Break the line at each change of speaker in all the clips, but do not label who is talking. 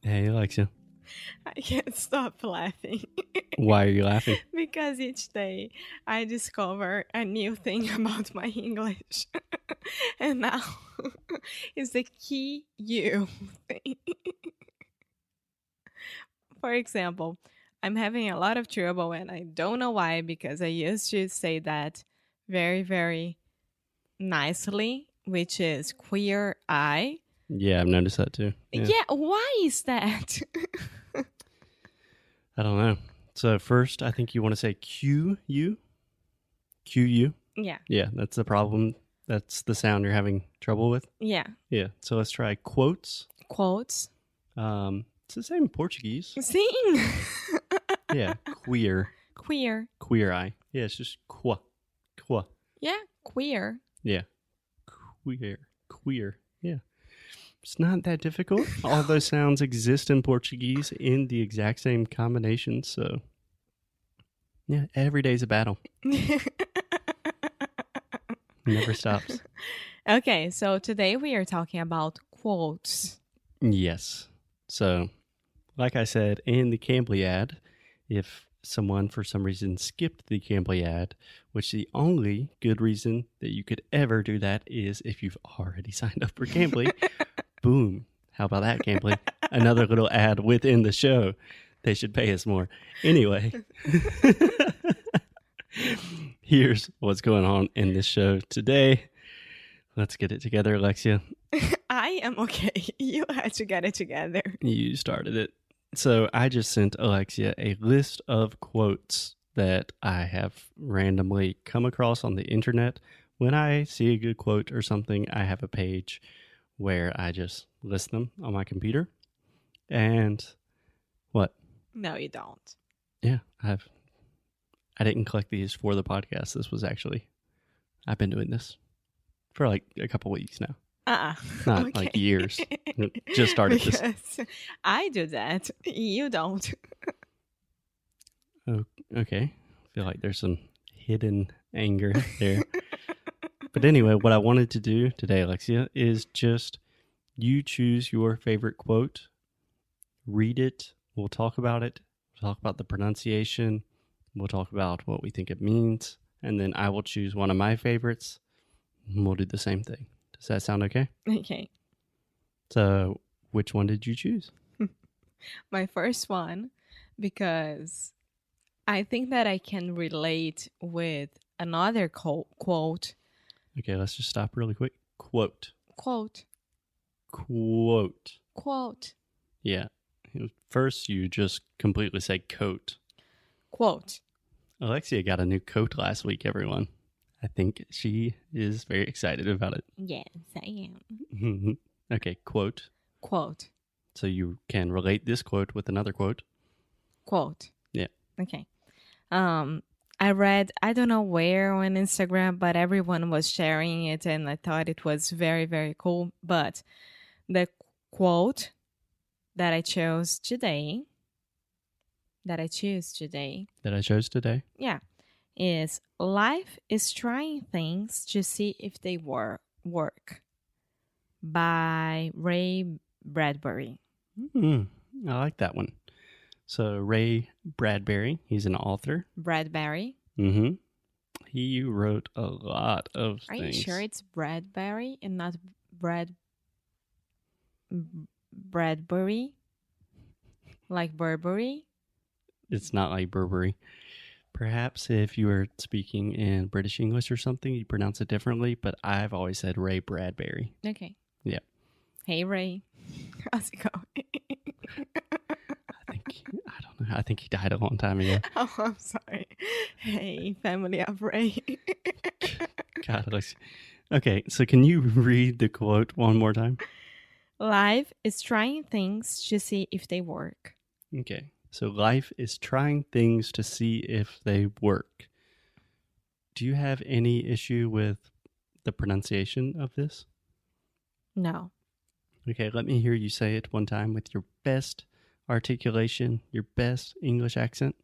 Hey, Alexia.
I can't stop laughing
Why are you laughing?
because each day I discover a new thing about my English. and now is the key you thing. For example, I'm having a lot of trouble and I don't know why because I used to say that very, very nicely, which is queer eye.
Yeah, I've noticed that too. Yeah.
yeah why is that?
I don't know. So first, I think you want to say Q U. Q U.
yeah,
Yeah, that's the problem. That's the sound you're having trouble with.
yeah.
Yeah. So let's try quotes.
Quotes.
Um, it's the same in Portuguese.
Sim!
Yeah, queer,
queer.
queer eye. Yeah, it's just qua, qua.
Yeah, queer.
Yeah, queer, queer. Yeah, it's not that difficult. All those sounds exist in Portuguese in the exact same combination. So, yeah, every day's a battle. Never stops.
okay, so today we are talking about quotes.
Yes. So, like I said in the Cambly ad, if someone for some reason skipped the Cambly ad, which the only good reason that you could ever do that is if you've already signed up for Cambly, boom. How about that, Cambly? Another little ad within the show. They should pay us more. Anyway, here's what's going on in this show today. Let's get it together, Alexia.
I am okay. You had to get it together.
You started it. So I just sent Alexia a list of quotes that I have randomly come across on the internet. When I see a good quote or something, I have a page where I just list them on my computer. And what?
No, you don't.
Yeah, I've I didn't collect these for the podcast. This was actually I've been doing this for like a couple weeks now.
Uh-uh.
Not like years. Just started this.
Because I do that. You don't.
Okay. I feel like there's some hidden anger there. but anyway, what I wanted to do today, Alexia, is just you choose your favorite quote, read it, we'll talk about it, we'll talk about the pronunciation, we'll talk about what we think it means, and then I will choose one of my favorites and we'll do the same thing. Does that sound okay?
Okay.
So, which one did you choose?
my first one because I think that I can relate with another co- quote
Okay, let's just stop really quick. Quote.
quote
Quote.
quote
Yeah. First, you just completely say coat.
quote.
Alexia got a new coat last week, everyone. I think she is very excited about
Yes, I am.
it. okay, quote.
Quote
So you can relate this quote with another quote.
quote.
Yeah.
Okay. Um I read I don't know where on Instagram, but everyone was sharing it and I thought it was very, very cool. But the quote that I chose today that I choose today
that I chose today.
yeah is life is trying things to see if they wor- work by ray bradbury
Mm, I like that one. So Ray Bradbury, he's an author.
bradbury
Mm-hmm. He wrote a lot of
are
things.
you sure it's bradbury and not brad B- bradbury like burberry
it's not like Burberry. Perhaps if you were speaking in British English or something, you pronounce it differently, but I've always said Ray Bradbury.
okay
Yeah.
hey ray how's it going
I think I don't know. I think he died a long time ago.
oh i'm sorry hey family of ray
God, Alex. Okay, so can you read the quote one more time?
Life is trying things to see if they work.
Okay. So life is trying things to see if they work. Do you have any issue with the pronunciation of this?
No.
Okay, let me hear you say it one time with your best articulation, your best English accent.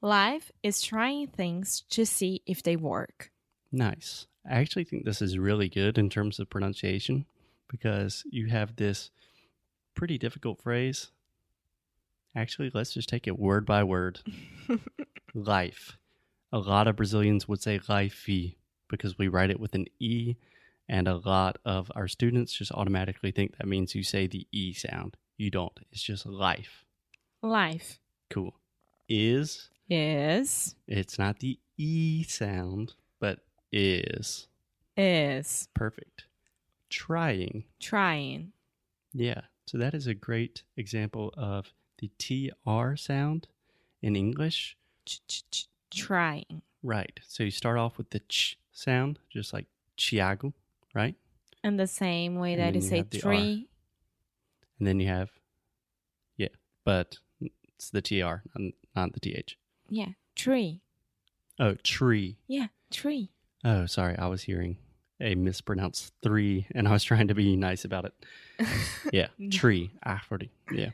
Life is trying things to see if they work.
Nice. I actually think this is really good in terms of pronunciation because you have this pretty difficult phrase. Actually, let's just take it word by word. life. A lot of Brazilians would say life because we write it with an E, and a lot of our students just automatically think that means you say the E sound. You don't. It's just life.
Life.
Cool. Is,
Is.
it's not the E sound, but is.
Is.
Perfect. Trying.
Trying.
Yeah. So that is a great example of the TR sound in English.
Ch- ch- ch- Trying.
Right. So you start off with the ch sound, just like Chiago, right?
In the same way
And
that
then
you
Mm, you
say
have the R.
tree.
And then you have, yeah, but it's the TR, n- not the TH.
Yeah. Tree.
Oh, tree.
Yeah. Tree.
Oh, sorry. I was hearing a mispronounced three and I was trying to be nice about it. Yeah.
No.
Tree. Árvore. Yeah.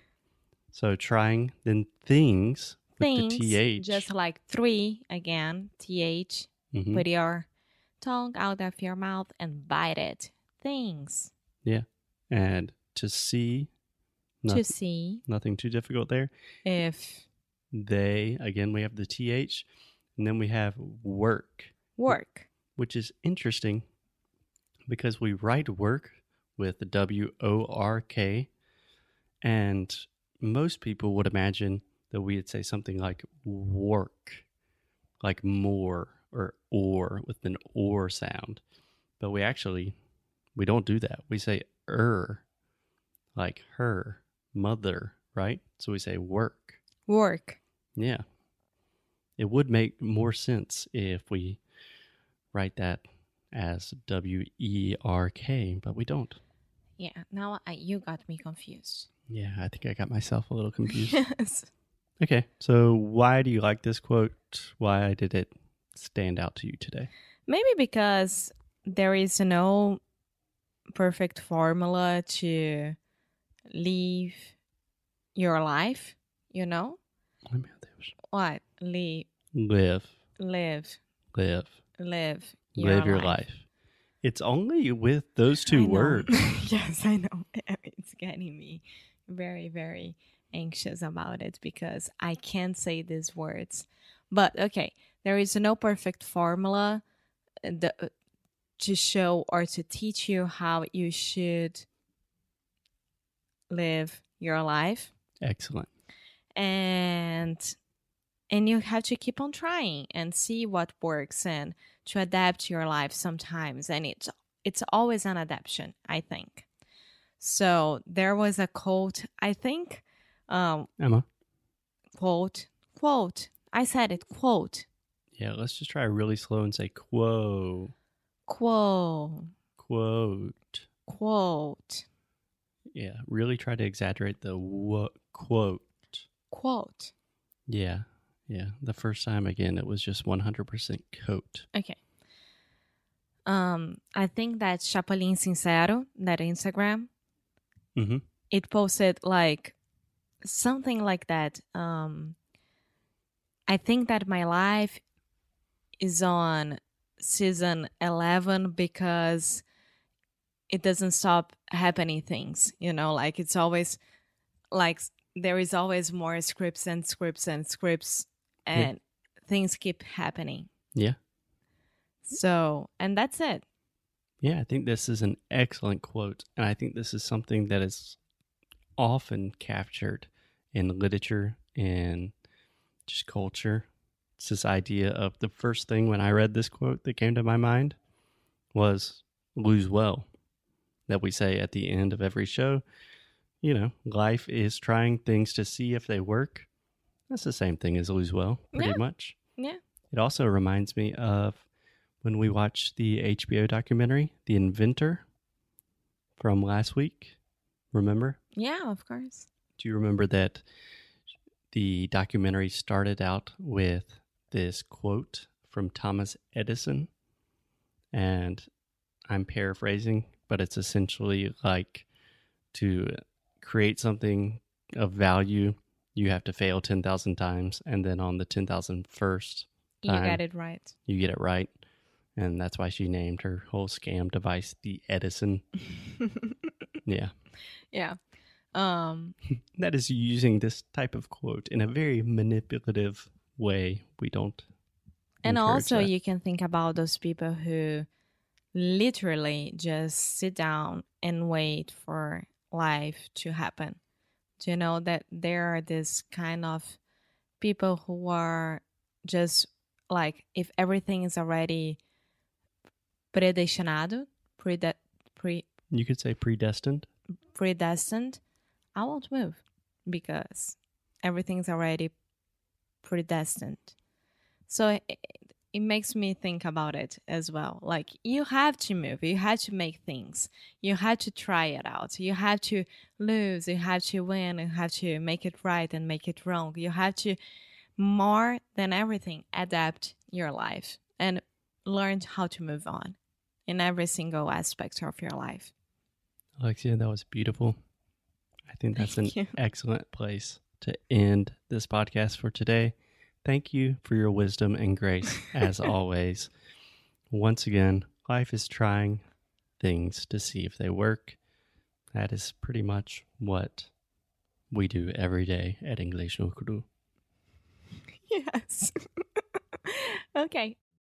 So trying, then things with
Things.
the TH.
Just like three again. TH.
Mhm.
Put your tongue out of your mouth and bite it. Things.
and to see
To
nothing,
see
nothing too difficult there
if
they again we have the th and then we have work
work.
which is interesting because we write work with the w o r k and most people would imagine that we'd say something like work like more or or with an or sound but we actually we don't do that we say er like her mother right so we say work
Work.
yeah. It would make more sense if we write that as W E R K, but we don't.
Yeah, now I, you got me confused.
Yeah, I think I got myself a little confused.
yes.
okay, so why do you like this quote? Why did it stand out to you today?
Maybe because there is no perfect formula to live your life, you know?
Let me have those.
What? Live,
Live,
live,
live,
live.
live your life. It's only with those
I
two
know.
words.
yes, I know. It's getting me very, very anxious about it because I can't say these words. But okay, there is no perfect formula uh, the, to show or to teach you how you should live your life
Excellent.
and and you have to keep on trying and see what works and to adapt your life sometimes and it's it's always an adaptation i think so there was a quote i think um
Emma?
quote quote i said it quote
Yeah, let's just try really slow and say quo,
quote
quote.
quote
Yeah, really try to exaggerate the wo- quote.
quote
Yeah, yeah. The first time again, it was just 100% coat.
Okay. Um, I think that Chapolin Sincero, that Instagram,
Mhm.
it posted like something like that. Um, I think that my life is on season 11 because it doesn't stop happening things, you know, like it's always like s- there is always more scripts and scripts and scripts and things keep happening.
Yeah.
So, and that's it.
Yeah, I think this is an excellent quote. And I think this is something that is often captured in literature and just culture. It's this idea of the first thing when I read this quote that came to my mind was lose well, that we say at the end of every show. You know, life is trying things to see if they work. That's the same thing as lose well, pretty
Yeah.
much.
Yeah.
It also reminds me of when we watched the HBO documentary, The Inventor, from last week. Remember?
Yeah, of course.
Do you remember that the documentary started out with this quote from Thomas Edison? And I'm paraphrasing, but it's essentially like to create something of value, you have to fail 10,000 times. And then on the 10,001st
You
Time.
got it right.
you get it right. And that's why she named her whole scam device the Edison. Yeah.
yeah. Um,
That is using this type of quote in a very manipulative way. We don't.
and
encourage
also,
that.
you can think about those people who literally just sit down and wait for life to happen. Do you know that there are this kind of people who are just like if everything is already predestinado, prede- pre
you could say predestined.
predestined, I won't move because everything's already predestined. So it, it- it makes me think about it as well. Like you have to move, you have to make things, you have to try it out, you have to lose, you have to win, you have to make it right and make it wrong. You have to more than everything adapt your life and learn how to move on in every single aspect of your life.
Alexia, that was beautiful. I think that's
Thank
an
you.
excellent place to end this podcast for today. Thank you for your wisdom and grace, as always. Once again, life is trying things to see if they work. That is pretty much what we do every day at English No Kudu.
Yes. okay.